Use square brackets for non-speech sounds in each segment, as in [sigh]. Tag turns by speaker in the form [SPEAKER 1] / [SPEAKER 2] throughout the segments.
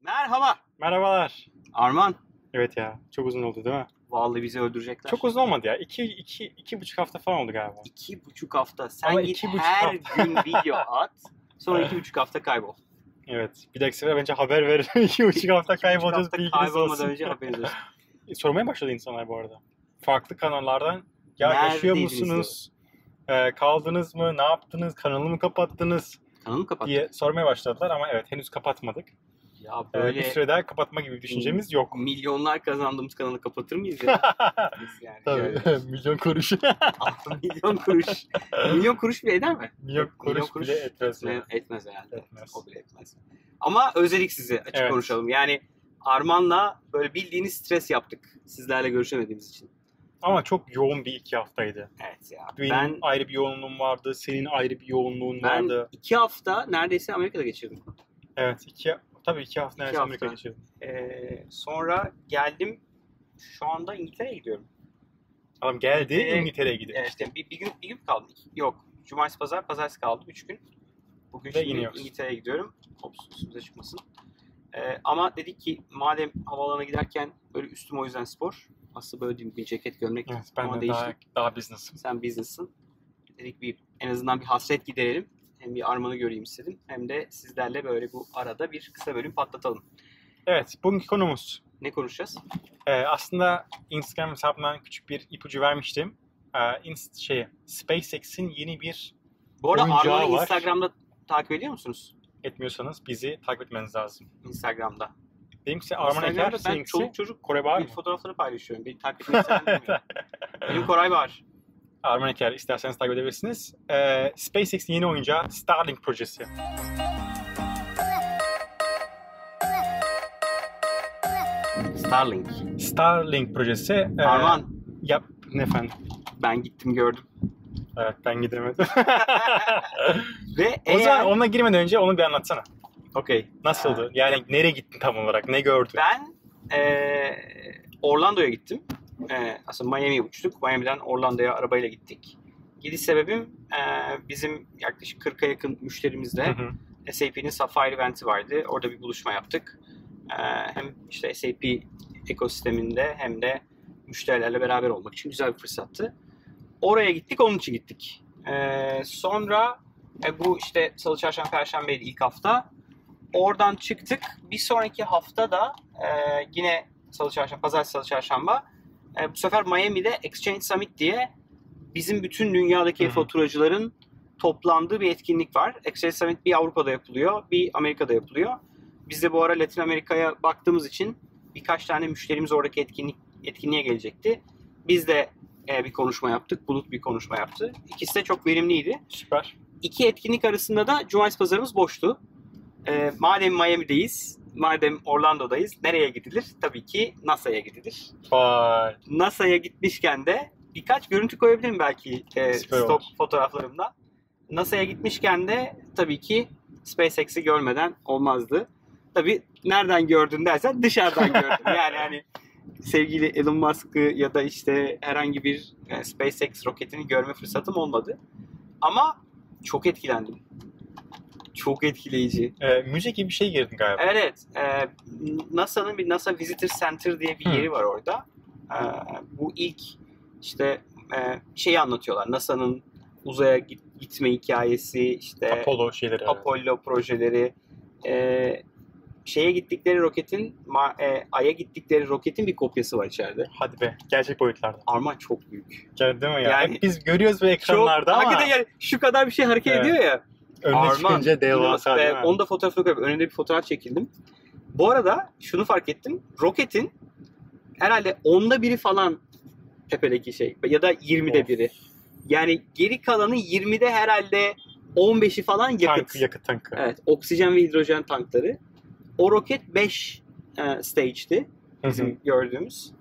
[SPEAKER 1] Merhaba.
[SPEAKER 2] Merhabalar.
[SPEAKER 1] Arman.
[SPEAKER 2] Evet ya çok uzun oldu değil mi?
[SPEAKER 1] Vallahi bizi öldürecekler.
[SPEAKER 2] Çok uzun olmadı ya. 2 iki, iki buçuk hafta falan oldu galiba.
[SPEAKER 1] İki buçuk hafta. Sen
[SPEAKER 2] Ama
[SPEAKER 1] git
[SPEAKER 2] iki buçuk
[SPEAKER 1] her gün
[SPEAKER 2] [laughs]
[SPEAKER 1] video at. Sonra iki buçuk hafta kaybol.
[SPEAKER 2] Evet. Bir dahaki sefere bence haber verin. [laughs] iki buçuk hafta kaybolacağız.
[SPEAKER 1] hafta
[SPEAKER 2] bilginiz olsun.
[SPEAKER 1] kaybolmadan önce haberiniz
[SPEAKER 2] [laughs]
[SPEAKER 1] olsun.
[SPEAKER 2] Sormaya başladı insanlar bu arada. Farklı kanallardan ya
[SPEAKER 1] Neredeydiniz
[SPEAKER 2] yaşıyor musunuz? Ee, kaldınız mı? Ne yaptınız? Kanalı mı kapattınız?
[SPEAKER 1] Kanalı kapat.
[SPEAKER 2] diye sormaya başladılar ama evet henüz kapatmadık.
[SPEAKER 1] Ya
[SPEAKER 2] Ee,
[SPEAKER 1] böyle
[SPEAKER 2] Bir süre daha kapatma gibi bir düşüncemiz yok. [laughs]
[SPEAKER 1] milyonlar kazandığımız kanalı kapatır mıyız ya? Biz yani
[SPEAKER 2] Tabii. [laughs]
[SPEAKER 1] şöyle
[SPEAKER 2] milyon kuruş.
[SPEAKER 1] altı milyon kuruş. milyon kuruş bile eder mi?
[SPEAKER 2] milyon kuruş,
[SPEAKER 1] kuruş
[SPEAKER 2] bile etmez. yani.
[SPEAKER 1] Ne- Etmez herhalde.
[SPEAKER 2] Etmez.
[SPEAKER 1] O bile etmez. Ama özelik size açık
[SPEAKER 2] Evet.
[SPEAKER 1] konuşalım. Yani Arman'la böyle bildiğiniz stres yaptık. Sizlerle görüşemediğimiz için.
[SPEAKER 2] Ama çok yoğun bir iki haftaydı.
[SPEAKER 1] Evet ya.
[SPEAKER 2] Benim
[SPEAKER 1] ben
[SPEAKER 2] ayrı bir yoğunluğum vardı. Senin ayrı bir yoğunluğun
[SPEAKER 1] ben
[SPEAKER 2] vardı.
[SPEAKER 1] iki hafta neredeyse Amerika'da geçirdim.
[SPEAKER 2] Evet. iki, tabii iki hafta neredeyse
[SPEAKER 1] hafta.
[SPEAKER 2] Amerika'ya geçirdim.
[SPEAKER 1] Ee, sonra geldim. Şu anda İngiltere'ye gidiyorum.
[SPEAKER 2] Adam geldi
[SPEAKER 1] Ee,
[SPEAKER 2] İngiltere'ye gidiyor.
[SPEAKER 1] Evet, işte bir, bir gün bir gün kaldım. Yok. Cumartesi pazar pazartesi kaldı 3 gün. Bugün
[SPEAKER 2] Ve
[SPEAKER 1] şimdi
[SPEAKER 2] iniyoruz.
[SPEAKER 1] İngiltere'ye gidiyorum. Hops üstümüze çıkmasın. Ee, ama dedik ki madem havaalanına giderken böyle üstüm o yüzden spor. Aslında böyle diyeyim, bir ceket gömlek.
[SPEAKER 2] Evet, ben
[SPEAKER 1] Ama
[SPEAKER 2] de daha,
[SPEAKER 1] değişik.
[SPEAKER 2] daha business'ım.
[SPEAKER 1] Sen business'ın. Dedik bir en azından bir hasret giderelim. Hem bir Arman'ı göreyim istedim. Hem de sizlerle böyle bu arada bir kısa bölüm patlatalım.
[SPEAKER 2] Evet. Bugünkü konumuz.
[SPEAKER 1] Ne konuşacağız?
[SPEAKER 2] Ee, aslında Instagram hesabından küçük bir ipucu vermiştim. Ee, inst- şey, SpaceX'in yeni bir
[SPEAKER 1] Bu arada
[SPEAKER 2] Oyuncağı
[SPEAKER 1] Arman'ı
[SPEAKER 2] var.
[SPEAKER 1] Instagram'da takip ediyor musunuz?
[SPEAKER 2] etmiyorsanız bizi takip etmeniz lazım.
[SPEAKER 1] Instagram'da.
[SPEAKER 2] Benimkisi Arman Eker,
[SPEAKER 1] Instagram'da ben
[SPEAKER 2] seninkisi
[SPEAKER 1] çoluk çocuk
[SPEAKER 2] Kore Bağır [laughs]
[SPEAKER 1] bir
[SPEAKER 2] mı?
[SPEAKER 1] fotoğrafları paylaşıyorum. Beni takip etmeyi sen
[SPEAKER 2] [laughs]
[SPEAKER 1] bilmiyorum. Benim Koray var.
[SPEAKER 2] Arman Eker isterseniz takip edebilirsiniz. Ee, SpaceX'in yeni oyuncağı Starlink projesi.
[SPEAKER 1] Starlink.
[SPEAKER 2] Starlink projesi. e,
[SPEAKER 1] Arman
[SPEAKER 2] Yap ne efendim?
[SPEAKER 1] ben gittim gördüm.
[SPEAKER 2] Evet
[SPEAKER 1] [laughs]
[SPEAKER 2] ben gidemedim.
[SPEAKER 1] Ve
[SPEAKER 2] o zaman
[SPEAKER 1] eğer...
[SPEAKER 2] onunla girmeden önce onu bir anlatsana.
[SPEAKER 1] Okey.
[SPEAKER 2] Nasıldı? Yani nereye gittin tam olarak? Ne gördün?
[SPEAKER 1] Ben eee, Orlando'ya gittim. Eee aslında Miami'ye uçtuk. Miami'den Orlando'ya arabayla gittik. Gidiş sebebim eee, bizim yaklaşık 40'a yakın müşterimizle
[SPEAKER 2] Hı hı.
[SPEAKER 1] SAP'nin Sapphire eventi vardı. Orada bir buluşma yaptık. Ee, hem işte SAP ekosisteminde hem de müşterilerle beraber olmak için güzel bir fırsattı. Oraya gittik, onun için gittik. Ee, sonra e, bu işte salı, çarşamba, perşembeydi ilk hafta. Oradan çıktık. Bir sonraki hafta da e, yine salı, çarşamba, pazartesi, salı, çarşamba e, bu sefer Miami'de Exchange Summit diye bizim bütün dünyadaki
[SPEAKER 2] Hı hı.
[SPEAKER 1] faturacıların toplandığı bir etkinlik var. Exchange Summit bir Avrupa'da yapılıyor, bir Amerika'da yapılıyor. Biz de bu ara Latin Amerika'ya baktığımız için birkaç tane müşterimiz oradaki etkinlik etkinliğe gelecekti. Biz de e, bir konuşma yaptık. Bulut bir konuşma yaptı. İkisi de çok verimliydi.
[SPEAKER 2] Süper.
[SPEAKER 1] İki etkinlik arasında da cumartesi pazarımız boştu. E, madem Miami'deyiz, madem Orlando'dayız nereye gidilir? Tabii ki NASA'ya gidilir.
[SPEAKER 2] Vay.
[SPEAKER 1] NASA'ya gitmişken de birkaç görüntü koyabilirim belki e,
[SPEAKER 2] Süper
[SPEAKER 1] stop
[SPEAKER 2] olur.
[SPEAKER 1] fotoğraflarımdan. NASA'ya gitmişken de tabii ki SpaceX'i görmeden olmazdı. Tabii nereden gördün dersen dışarıdan
[SPEAKER 2] [laughs]
[SPEAKER 1] gördüm. Yani hani sevgili Elon Musk'ı ya da işte herhangi bir e, SpaceX roketini görme fırsatım olmadı. Ama çok etkilendim. Çok etkileyici.
[SPEAKER 2] Ee, müze gibi bir şey girdin galiba.
[SPEAKER 1] Evet. e, NASA'nın bir NASA Visitor Center diye bir
[SPEAKER 2] Hı.
[SPEAKER 1] yeri var orada. E, bu ilk işte e, şeyi anlatıyorlar. NASA'nın uzaya git- gitme hikayesi, işte
[SPEAKER 2] Apollo şeyleri.
[SPEAKER 1] Apollo projeleri, e, şeye gittikleri roketin, Ma- e, Ay'a gittikleri roketin bir kopyası var içeride.
[SPEAKER 2] Hadi be. Gerçek boyutlarda.
[SPEAKER 1] Arma çok büyük.
[SPEAKER 2] Gel değil mi ya?
[SPEAKER 1] Yani-
[SPEAKER 2] Hep biz görüyoruz bu ekranlarda
[SPEAKER 1] çok,
[SPEAKER 2] ama
[SPEAKER 1] Hakikaten yani şu kadar bir şey hareket
[SPEAKER 2] Evet.
[SPEAKER 1] ediyor ya.
[SPEAKER 2] önüne
[SPEAKER 1] Arman,
[SPEAKER 2] çıkınca devasa
[SPEAKER 1] inanılmaz.
[SPEAKER 2] değil
[SPEAKER 1] Ee,
[SPEAKER 2] mi?
[SPEAKER 1] Onu da fotoğrafını koyup önünde bir fotoğraf çekildim. Bu arada şunu fark ettim. Roketin herhalde onda biri falan tepedeki şey ya da 20'de
[SPEAKER 2] Of.
[SPEAKER 1] biri. Yani geri kalanı 20'de herhalde 15'i falan yakıt.
[SPEAKER 2] Tankı, yakıt tankı.
[SPEAKER 1] Evet, oksijen ve hidrojen tankları. O roket 5 e, stage'ti
[SPEAKER 2] Hı hı.
[SPEAKER 1] bizim gördüğümüz.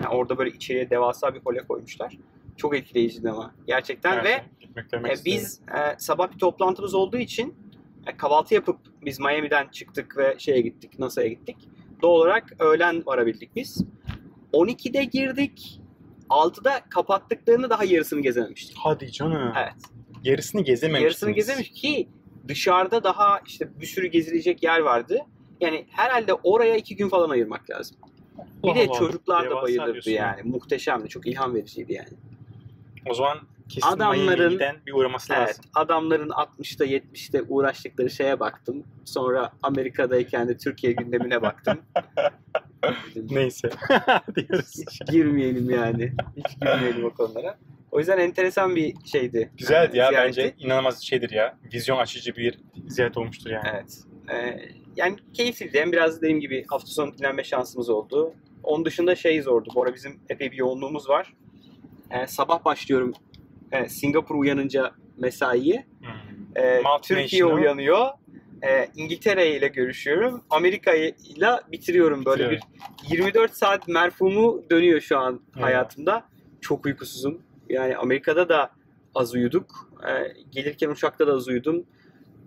[SPEAKER 1] Yani orada böyle içeriye devasa bir hole koymuşlar. Çok etkileyiciydi ama gerçekten ve
[SPEAKER 2] Evet, gitmek görmek
[SPEAKER 1] e,
[SPEAKER 2] isterim.
[SPEAKER 1] biz e, sabah bir toplantımız olduğu için e, kahvaltı yapıp biz Miami'den çıktık ve şeye gittik, NASA'ya gittik. Doğal olarak öğlen varabildik biz. 12'de girdik. 6'da kapattıklarını daha yarısını gezememiştik.
[SPEAKER 2] Hadi canım.
[SPEAKER 1] Evet.
[SPEAKER 2] Yarısını gezememiştiniz.
[SPEAKER 1] Yarısını gezememiş ki dışarıda daha işte bir sürü gezilecek yer vardı. Yani herhalde oraya iki gün falan ayırmak lazım. Bir de
[SPEAKER 2] Allah,
[SPEAKER 1] çocuklar da
[SPEAKER 2] devasa
[SPEAKER 1] bayılırdı
[SPEAKER 2] diyorsun
[SPEAKER 1] yani. Muhteşemdi. Çok ilham vericiydi yani.
[SPEAKER 2] O zaman kesin
[SPEAKER 1] Adamların-
[SPEAKER 2] Miami'den bir uğraması
[SPEAKER 1] Evet.
[SPEAKER 2] lazım. [laughs]
[SPEAKER 1] Adamların 60'ta 70'te uğraştıkları şeye baktım. Sonra Amerika'dayken de Türkiye gündemine baktım. [laughs] Dedim, [laughs]
[SPEAKER 2] Neyse. Diyoruz.
[SPEAKER 1] Hiç girmeyelim yani. Hiç girmeyelim o konulara. O yüzden enteresan bir şeydi.
[SPEAKER 2] Güzeldi ya
[SPEAKER 1] Ziyareti.
[SPEAKER 2] bence inanılmaz şeydir ya. Vizyon açıcı bir ziyaret olmuştur yani.
[SPEAKER 1] Evet. Ee, yani keyifliydi. Hem biraz dediğim gibi hafta sonu dinlenme şansımız oldu. Onun dışında şey zordu. Bu ara bizim epey bir yoğunluğumuz var. Ee, sabah başlıyorum ee, Singapur uyanınca mesaiye.
[SPEAKER 2] Hmm.
[SPEAKER 1] Ee,
[SPEAKER 2] Multinational.
[SPEAKER 1] Türkiye uyanıyor. Ee, İngiltere ile görüşüyorum. Amerika ile bitiriyorum böyle bir
[SPEAKER 2] Bitiriyor.
[SPEAKER 1] 24 saat merfumu dönüyor şu an
[SPEAKER 2] Ya.
[SPEAKER 1] hayatımda. Çok uykusuzum. Yani Amerika'da da az uyuduk. Ee, gelirken uçakta da az uyudum.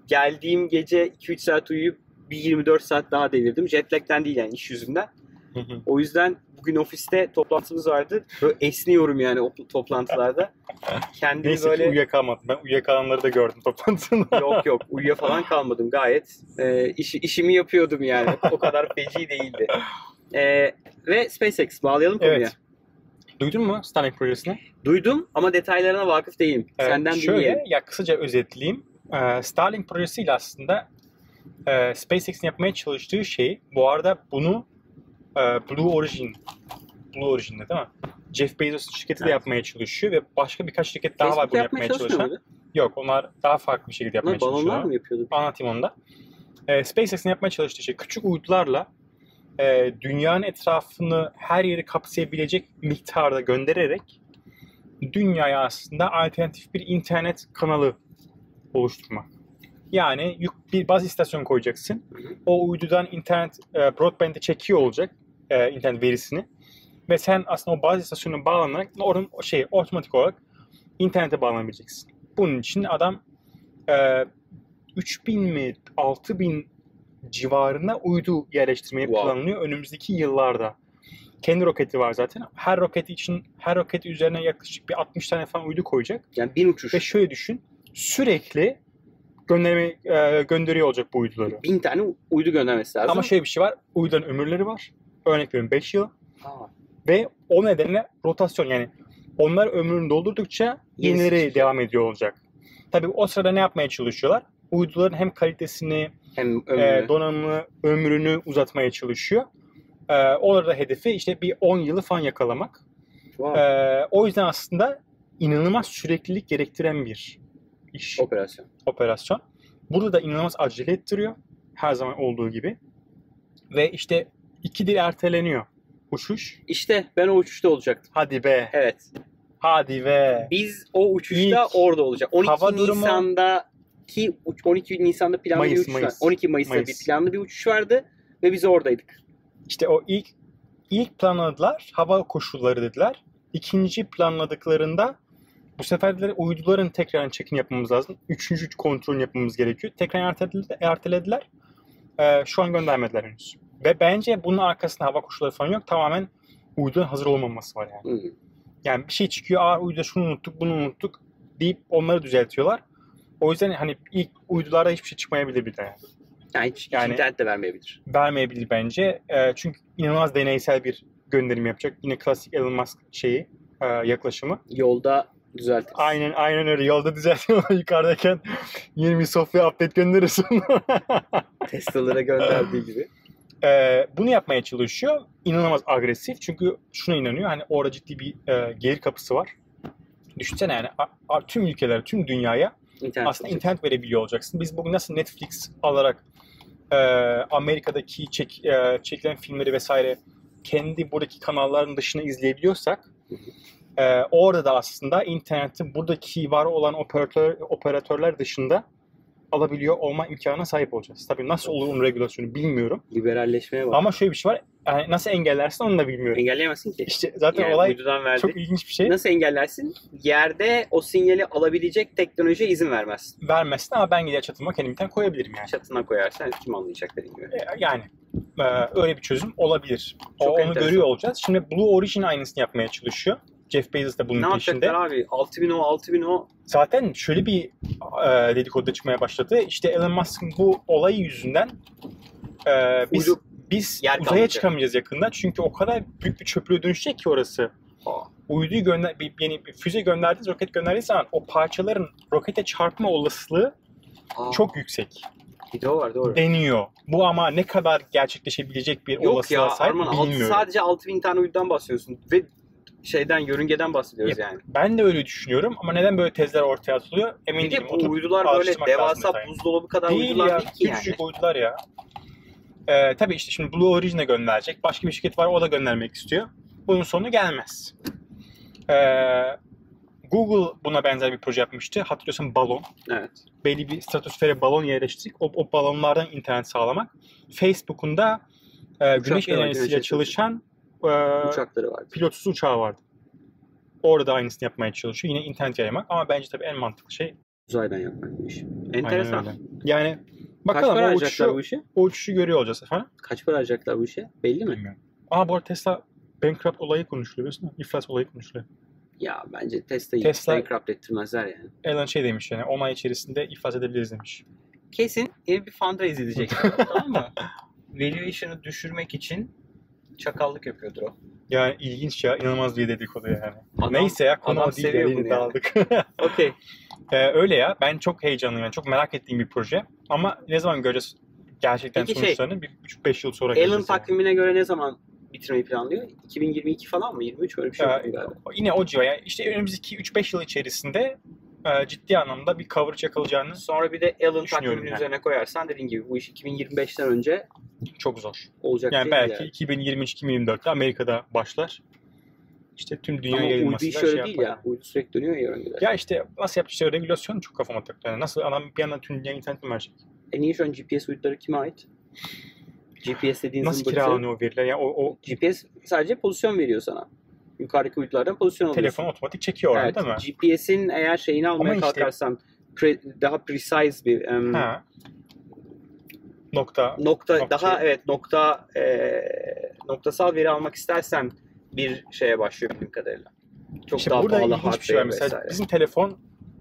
[SPEAKER 1] Geldiğim gece 2-3 saat uyuyup bir 24 saat daha devirdim. Jet lag'den değil yani iş yüzünden.
[SPEAKER 2] Hı hı.
[SPEAKER 1] O yüzden bugün ofiste toplantımız vardı. Böyle esniyorum yani o
[SPEAKER 2] [laughs]
[SPEAKER 1] toplantılarda. Kendimi
[SPEAKER 2] Neyse
[SPEAKER 1] böyle
[SPEAKER 2] ki uyuyakalmadım. Ben uyuyakalanları da gördüm
[SPEAKER 1] [laughs]
[SPEAKER 2] toplantında.
[SPEAKER 1] Yok yok uyuya falan kalmadım gayet. E, işi, işimi yapıyordum yani. O kadar feci değildi. E, ve SpaceX bağlayalım konuya.
[SPEAKER 2] evet. Duydun mu Starlink projesini?
[SPEAKER 1] Duydum ama detaylarına vakıf değilim.
[SPEAKER 2] Ee,
[SPEAKER 1] Senden
[SPEAKER 2] Şöyle
[SPEAKER 1] dinleyelim.
[SPEAKER 2] ya kısaca özetleyeyim. Ee, Starlink projesiyle aslında e, SpaceX'in yapmaya çalıştığı şey bu arada bunu e, Blue Origin Blue Origin'de değil mi? Jeff Bezos'un şirketi
[SPEAKER 1] Evet.
[SPEAKER 2] de yapmaya çalışıyor ve başka birkaç şirket daha var
[SPEAKER 1] Facebook'ta
[SPEAKER 2] bunu yapmaya çalışan.
[SPEAKER 1] muydu?
[SPEAKER 2] Yok onlar daha farklı bir şekilde yapmaya
[SPEAKER 1] Bunlar
[SPEAKER 2] çalışıyorlar.
[SPEAKER 1] balonlar mı yapıyordu?
[SPEAKER 2] Anlatayım onu da. Ee, SpaceX'in yapmaya çalıştığı şey küçük uydularla e, dünyanın etrafını her yeri kapsayabilecek miktarda göndererek dünyaya aslında alternatif bir internet kanalı oluşturmak. Yani yük- bir baz istasyon koyacaksın.
[SPEAKER 1] Hı hı.
[SPEAKER 2] O uydudan internet e, broadband'e çekiyor olacak e, internet verisini. Ve sen aslında o baz istasyonuna bağlanarak oranın o şey otomatik olarak internete bağlanabileceksin. Bunun için adam e, 3000 mi 6000 civarına uydu yerleştirmeyi
[SPEAKER 1] Wow.
[SPEAKER 2] planlıyor önümüzdeki yıllarda. Kendi roketi var zaten. Her roket için her roket üzerine yaklaşık bir 60 tane falan uydu koyacak.
[SPEAKER 1] Yani bin uçuş.
[SPEAKER 2] Ve şöyle düşün. Sürekli gönderme, e, gönderiyor olacak bu uyduları.
[SPEAKER 1] Bin tane uydu göndermesi lazım.
[SPEAKER 2] Ama şöyle bir şey var. Uyduların ömürleri var. Örnek veriyorum 5 yıl.
[SPEAKER 1] Aa,
[SPEAKER 2] Ve o nedenle rotasyon yani onlar ömrünü doldurdukça
[SPEAKER 1] Yenisi
[SPEAKER 2] yenileri
[SPEAKER 1] çıkıyor.
[SPEAKER 2] devam ediyor olacak. Tabii o sırada ne yapmaya çalışıyorlar? Uyduların hem kalitesini,
[SPEAKER 1] hem
[SPEAKER 2] e,
[SPEAKER 1] ömrünü.
[SPEAKER 2] donanımını, ömrünü uzatmaya çalışıyor. E, orada hedefi işte bir 10 yılı falan yakalamak.
[SPEAKER 1] Wow.
[SPEAKER 2] E, o yüzden aslında inanılmaz süreklilik gerektiren bir iş
[SPEAKER 1] Operasyon.
[SPEAKER 2] operasyon. Burada da inanılmaz acele ettiriyor. Her zaman olduğu gibi. Ve işte iki dil erteleniyor uçuş.
[SPEAKER 1] İşte ben o uçuşta olacaktım.
[SPEAKER 2] Hadi be.
[SPEAKER 1] Evet.
[SPEAKER 2] Hadi be.
[SPEAKER 1] Biz o uçuşta
[SPEAKER 2] İlk
[SPEAKER 1] orada olacak. 12
[SPEAKER 2] hava durumu-
[SPEAKER 1] Nisan'da ki 12 Nisan'da planlı bir
[SPEAKER 2] Mayıs,
[SPEAKER 1] uçuş var.
[SPEAKER 2] Mayıs.
[SPEAKER 1] 12 Mayıs'ta
[SPEAKER 2] Mayıs.
[SPEAKER 1] bir planlı bir uçuş vardı ve biz oradaydık.
[SPEAKER 2] İşte o ilk ilk planladılar hava koşulları dediler. İkinci planladıklarında bu sefer dediler uyduların tekrar çekim yapmamız lazım. Üçüncü kontrol yapmamız gerekiyor. Tekrar ertelediler. ertelediler. Ee, şu an göndermediler henüz. Ve bence bunun arkasında hava koşulları falan yok. Tamamen uydunun hazır olmaması var yani.
[SPEAKER 1] Hı.
[SPEAKER 2] Yani bir şey çıkıyor. Aa uyduda şunu unuttuk, bunu unuttuk deyip onları düzeltiyorlar. O yüzden hani ilk uydularda hiçbir şey çıkmayabilir bir de. yani.
[SPEAKER 1] Yani hiç, hiç
[SPEAKER 2] Yani-
[SPEAKER 1] internet de vermeyebilir.
[SPEAKER 2] Vermeyebilir bence. Ee, çünkü inanılmaz deneysel bir gönderim yapacak. Yine klasik Elon Musk şeyi, e, yaklaşımı.
[SPEAKER 1] Yolda düzeltiriz.
[SPEAKER 2] Aynen aynen öyle. Yolda düzeltiyorlar [laughs] yukarıdayken yeni bir software update gönderirsin.
[SPEAKER 1] Tesla'lara gönderdiği gibi.
[SPEAKER 2] [laughs] Ee, bunu yapmaya çalışıyor. İnanılmaz agresif. Çünkü şuna inanıyor. Hani orada ciddi bir e, gelir kapısı var. Düşünsene yani a- a- tüm ülkelere, tüm dünyaya
[SPEAKER 1] İnternet
[SPEAKER 2] aslında
[SPEAKER 1] olacak.
[SPEAKER 2] internet verebiliyor olacaksın. Biz bugün nasıl Netflix alarak e, Amerika'daki çek, e, çekilen filmleri vesaire kendi buradaki kanalların dışına izleyebiliyorsak e, orada da aslında internetin buradaki var olan operatör, operatörler dışında alabiliyor olma imkanına sahip olacağız. Tabii nasıl olur onun regülasyonu bilmiyorum.
[SPEAKER 1] Liberalleşmeye bak.
[SPEAKER 2] Ama şöyle bir şey var. yani nasıl engellersin onu da bilmiyorum.
[SPEAKER 1] Engelleyemezsin ki.
[SPEAKER 2] İşte zaten
[SPEAKER 1] Yani
[SPEAKER 2] olay
[SPEAKER 1] uydudan verdik.
[SPEAKER 2] çok ilginç bir şey.
[SPEAKER 1] Nasıl engellersin? Yerde o sinyali alabilecek teknolojiye izin vermezsin.
[SPEAKER 2] Vermezsin ama ben gider çatıma kendimden koyabilirim yani.
[SPEAKER 1] Çatına koyarsan kim anlayacak dediğim gibi.
[SPEAKER 2] E, yani e, öyle bir çözüm olabilir. O,
[SPEAKER 1] Çok
[SPEAKER 2] onu
[SPEAKER 1] enteresan.
[SPEAKER 2] görüyor olacağız. Şimdi Blue Origin aynısını yapmaya çalışıyor. Jeff Bezos da bunun
[SPEAKER 1] Ne
[SPEAKER 2] peşinde.
[SPEAKER 1] yapacaklar abi? 6000 o 6000 o.
[SPEAKER 2] Zaten şöyle bir e, dedikodu da çıkmaya başladı. İşte Elon Musk'ın bu olayı yüzünden Ee, biz
[SPEAKER 1] Uydu-
[SPEAKER 2] biz
[SPEAKER 1] yer
[SPEAKER 2] uzaya
[SPEAKER 1] kalmayacak.
[SPEAKER 2] çıkamayacağız yakında çünkü o kadar büyük bir çöplüğe dönüşecek ki orası.
[SPEAKER 1] Aa.
[SPEAKER 2] Uyduyu gönder, bir, yeni bir füze gönderdiğiniz, roket gönderdiğiniz zaman o parçaların rokete çarpma olasılığı
[SPEAKER 1] Aa,
[SPEAKER 2] çok yüksek
[SPEAKER 1] bir de o var doğru.
[SPEAKER 2] deniyor. Bu ama ne kadar gerçekleşebilecek bir
[SPEAKER 1] Yok
[SPEAKER 2] olasılığa
[SPEAKER 1] ya
[SPEAKER 2] sahip
[SPEAKER 1] Arman altı-
[SPEAKER 2] bilmiyorum.
[SPEAKER 1] sadece 6000 tane uydudan bahsediyorsun ve şeyden yörüngeden bahsediyoruz yani.
[SPEAKER 2] Ben de öyle düşünüyorum ama neden böyle tezler ortaya atılıyor emin
[SPEAKER 1] Bir de
[SPEAKER 2] değilim.
[SPEAKER 1] bu
[SPEAKER 2] Oturup
[SPEAKER 1] uydular böyle
[SPEAKER 2] araştırmak lazım
[SPEAKER 1] devasa
[SPEAKER 2] detayını.
[SPEAKER 1] buzdolabı kadar
[SPEAKER 2] Değil
[SPEAKER 1] uydular
[SPEAKER 2] ya.
[SPEAKER 1] değil ki yani.
[SPEAKER 2] Küçücük uydular ya. Ee, tabii işte şimdi Blue Origin'e gönderecek. Başka bir şirket var o da göndermek istiyor. Bunun sonu gelmez. Ee, Google buna benzer bir proje yapmıştı. Hatırlıyorsan balon.
[SPEAKER 1] Evet.
[SPEAKER 2] Belli bir stratosfere balon yerleştirdik. O, o balonlardan internet sağlamak. Facebook'un da e, güneş
[SPEAKER 1] Uçaklar,
[SPEAKER 2] enerjisiyle
[SPEAKER 1] güneş
[SPEAKER 2] çalışan e,
[SPEAKER 1] Uçakları vardı.
[SPEAKER 2] pilotsuz uçağı vardı. Orada da aynısını yapmaya çalışıyor. Yine internet yaymak ama bence tabii en mantıklı şey
[SPEAKER 1] Uzaydan yapmakmış.
[SPEAKER 2] Aynen
[SPEAKER 1] Enteresan.
[SPEAKER 2] öyle. Yani
[SPEAKER 1] Kaç
[SPEAKER 2] bakalım
[SPEAKER 1] para
[SPEAKER 2] o
[SPEAKER 1] harcayacaklar
[SPEAKER 2] uçuşu,
[SPEAKER 1] bu işe?
[SPEAKER 2] o uçuşu görüyor olacağız efendim.
[SPEAKER 1] Kaç para harcayacaklar bu işe? Belli mi?
[SPEAKER 2] Bilmiyorum. Aa bu arada Tesla bankrupt olayı konuşuluyor biliyorsun. değil mi? İflas olayı konuşuluyor.
[SPEAKER 1] Ya bence Tesla'yı
[SPEAKER 2] Tesla-
[SPEAKER 1] bankrupt ettirmezler yani.
[SPEAKER 2] Elon şey demiş yani 10 ay içerisinde iflas edebiliriz demiş.
[SPEAKER 1] Kesin yeni bir fundraise
[SPEAKER 2] [laughs]
[SPEAKER 1] edecek. tamam mı? Valuation'ı düşürmek için çakallık yapıyordur o.
[SPEAKER 2] Yani ilginç ya inanılmaz bir dedikodu yani.
[SPEAKER 1] Adam-
[SPEAKER 2] Neyse ya konu
[SPEAKER 1] adam
[SPEAKER 2] o değil.
[SPEAKER 1] seviyor
[SPEAKER 2] yani,
[SPEAKER 1] bunu yani.
[SPEAKER 2] dağıldık. [laughs]
[SPEAKER 1] Okey.
[SPEAKER 2] Ee, öyle ya ben çok heyecanlıyım yani çok merak ettiğim bir proje. Ama ne zaman göreceğiz gerçekten
[SPEAKER 1] Peki şey,
[SPEAKER 2] sonuçlarını? bir 3-5 yıl sonra
[SPEAKER 1] Elon
[SPEAKER 2] göreceğiz. yani.
[SPEAKER 1] takvimine göre ne zaman bitirmeyi planlıyor? 2022 falan mı? 23 öyle bir şey
[SPEAKER 2] Ya,
[SPEAKER 1] yapıyor galiba.
[SPEAKER 2] Yine o civar yani işte önümüzdeki 3-5 yıl içerisinde e, ciddi anlamda bir coverage yakalayacağını
[SPEAKER 1] Sonra bir de Elon
[SPEAKER 2] Düşünüyorum
[SPEAKER 1] takviminin
[SPEAKER 2] yani.
[SPEAKER 1] üzerine koyarsan dediğin gibi bu iş 2025'ten önce
[SPEAKER 2] çok zor.
[SPEAKER 1] olacak
[SPEAKER 2] Yani
[SPEAKER 1] şey
[SPEAKER 2] belki
[SPEAKER 1] değil.
[SPEAKER 2] 2023-2024'te Amerika'da başlar. İşte tüm dünya
[SPEAKER 1] yani. Ama uydu
[SPEAKER 2] yayılmasıyla
[SPEAKER 1] işi
[SPEAKER 2] şey
[SPEAKER 1] öyle değil
[SPEAKER 2] yapar.
[SPEAKER 1] ya. Uydu sürekli dönüyor ya yörüngede.
[SPEAKER 2] Ya işte nasıl yapacak işte regülasyon çok kafama taktı. Yani nasıl adam bir yandan tüm dünya internet mi verecek?
[SPEAKER 1] E niye şu an GPS uyduları kime ait? GPS dediğin
[SPEAKER 2] Nasıl
[SPEAKER 1] zımbırtı.
[SPEAKER 2] kiralanıyor o veriler? Yani o, o
[SPEAKER 1] GPS sadece pozisyon veriyor sana. Yukarıdaki uydulardan pozisyon alıyorsun.
[SPEAKER 2] telefon otomatik çekiyor orada değil mi?
[SPEAKER 1] GPS'in eğer şeyini almaya
[SPEAKER 2] işte-
[SPEAKER 1] kalkarsan pre- daha precise bir em,
[SPEAKER 2] Ha. Nokta.
[SPEAKER 1] nokta
[SPEAKER 2] Nokta- şey
[SPEAKER 1] daha evet nokta e, noktasal veri almak istersen bir şeye başlıyor bildiğim kadarıyla. Çok
[SPEAKER 2] İşte
[SPEAKER 1] daha
[SPEAKER 2] burada
[SPEAKER 1] pahalı
[SPEAKER 2] ilginç bir şey
[SPEAKER 1] hardware
[SPEAKER 2] var. Mesela
[SPEAKER 1] vesaire.
[SPEAKER 2] bizim telefon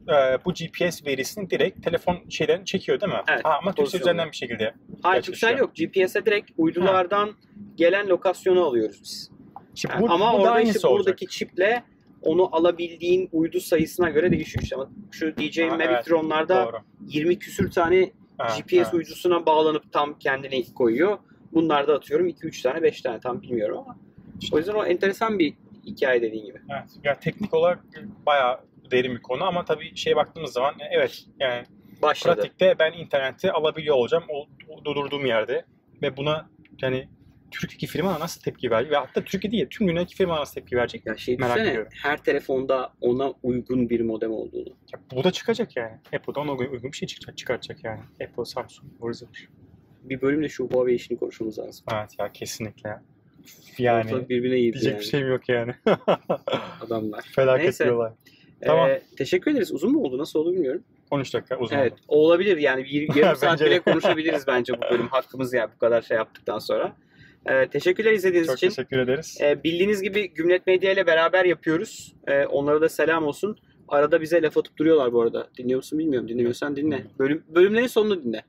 [SPEAKER 2] e, bu GPS verisini direkt telefon şeyden çekiyor değil mi?
[SPEAKER 1] Evet,
[SPEAKER 2] Ha, ama Türkcell
[SPEAKER 1] pozisyonu.
[SPEAKER 2] üzerinden bir şekilde.
[SPEAKER 1] Hayır
[SPEAKER 2] gerçek
[SPEAKER 1] Türksel
[SPEAKER 2] şey.
[SPEAKER 1] yok. GPS'e direkt uydulardan gelen lokasyonu alıyoruz biz.
[SPEAKER 2] İşte
[SPEAKER 1] Yani
[SPEAKER 2] bu,
[SPEAKER 1] Ama
[SPEAKER 2] bu da
[SPEAKER 1] orada
[SPEAKER 2] aynısı
[SPEAKER 1] işte
[SPEAKER 2] olacak.
[SPEAKER 1] buradaki çiple onu alabildiğin uydu sayısına göre değişiyor işte. Ama Şu DJ
[SPEAKER 2] Ha,
[SPEAKER 1] Mavic
[SPEAKER 2] evet,
[SPEAKER 1] dronlarda
[SPEAKER 2] Doğru.
[SPEAKER 1] 20 küsür tane
[SPEAKER 2] Ha,
[SPEAKER 1] GPS
[SPEAKER 2] ha.
[SPEAKER 1] uyducusuna bağlanıp tam kendini koyuyor. Bunlarda atıyorum 2-3 tane 5 tane tam bilmiyorum ama. O yüzden o enteresan bir hikaye dediğin gibi.
[SPEAKER 2] Evet. Ya teknik olarak bayağı derin bir konu ama tabii şeye baktığımız zaman e, evet yani
[SPEAKER 1] Başladı.
[SPEAKER 2] pratikte ben interneti alabiliyor olacağım o, o durduğum yerde ve buna yani Türkiye'deki firma nasıl tepki verecek ve hatta Türkiye değil tüm dünyadaki firma nasıl tepki verecek
[SPEAKER 1] Ya şey
[SPEAKER 2] Merak
[SPEAKER 1] düşünsene
[SPEAKER 2] ediyorum.
[SPEAKER 1] her telefonda ona uygun bir modem olduğunu.
[SPEAKER 2] ya, bu da çıkacak yani Apple'dan o gün uygun bir şey çıkacak, çıkartacak yani Apple, Samsung, Verizon
[SPEAKER 1] Bir bölümde şu Huawei işini konuşmamız lazım.
[SPEAKER 2] evet ya kesinlikle
[SPEAKER 1] Yani,
[SPEAKER 2] yani
[SPEAKER 1] birbirine girdi
[SPEAKER 2] diyecek
[SPEAKER 1] yani
[SPEAKER 2] bir şey- şeyim yok yani [laughs]
[SPEAKER 1] adamlar.
[SPEAKER 2] felaket
[SPEAKER 1] Neyse.
[SPEAKER 2] bir olay Tamam.
[SPEAKER 1] Tamam. teşekkür ederiz. Uzun mu oldu? Nasıl oldu bilmiyorum.
[SPEAKER 2] 13 dakika uzun
[SPEAKER 1] Evet
[SPEAKER 2] oldu.
[SPEAKER 1] olabilir yani
[SPEAKER 2] [laughs]
[SPEAKER 1] bir yarım saat
[SPEAKER 2] Bence
[SPEAKER 1] bile
[SPEAKER 2] de.
[SPEAKER 1] konuşabiliriz bence bu bölüm hakkımız ya bu kadar şey yaptıktan sonra. Ee, teşekkürler izlediğiniz
[SPEAKER 2] çok
[SPEAKER 1] için.
[SPEAKER 2] teşekkür ederiz
[SPEAKER 1] Ee, bildiğiniz gibi Gümlet Medya ile beraber yapıyoruz. Ee, onlara da selam olsun. Arada bize laf atıp duruyorlar bu arada. Dinliyor musun bilmiyorum. Dinlemiyorsan dinle. Bölüm, bölümlerin sonunu dinle.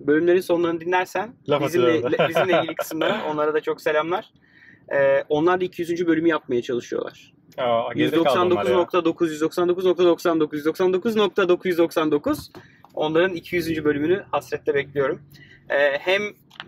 [SPEAKER 1] Bölümlerin sonlarını dinlersen
[SPEAKER 2] Laf
[SPEAKER 1] bizimle,
[SPEAKER 2] atıyorlar.
[SPEAKER 1] le- bizimle ilgili kısımlara onlara da çok selamlar. Ee, onlar da 200. bölümü yapmaya çalışıyorlar.
[SPEAKER 2] Aa, geride kaldı onlar ya.
[SPEAKER 1] 199.999.999.999 onların 200. bölümünü hasretle bekliyorum. Ee, hem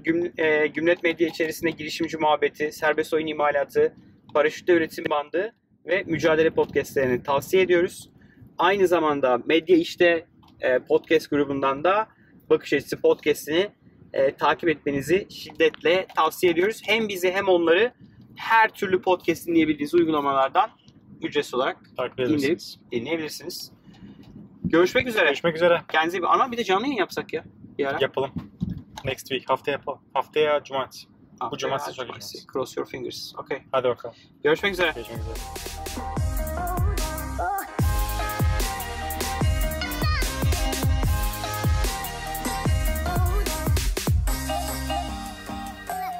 [SPEAKER 1] güm, e, Gümlet Medya içerisinde girişimci muhabbeti, serbest oyun imalatı, paraşütle üretim bandı ve mücadele podcastlerini tavsiye ediyoruz. Aynı zamanda Medya İşte e, podcast grubundan da Bakış Açısı podcastini e, takip etmenizi şiddetle tavsiye ediyoruz. Hem bizi hem onları her türlü podcast dinleyebildiğiniz uygulamalardan ücretsiz olarak
[SPEAKER 2] Takip
[SPEAKER 1] indirip
[SPEAKER 2] edebilirsiniz.
[SPEAKER 1] dinleyebilirsiniz. Görüşmek üzere.
[SPEAKER 2] Görüşmek üzere.
[SPEAKER 1] Kendinize iyi bakın. Ama bir de canlı yayın yapsak ya. Bir ara.
[SPEAKER 2] Yapalım. Next week. Hafta yapalım. Haftaya cumartesi.
[SPEAKER 1] Haftaya
[SPEAKER 2] cumartesi çok
[SPEAKER 1] cumartesi.
[SPEAKER 2] güzel.
[SPEAKER 1] Cross your fingers. Okay.
[SPEAKER 2] Hadi bakalım.
[SPEAKER 1] Görüşmek üzere.
[SPEAKER 2] Görüşmek üzere.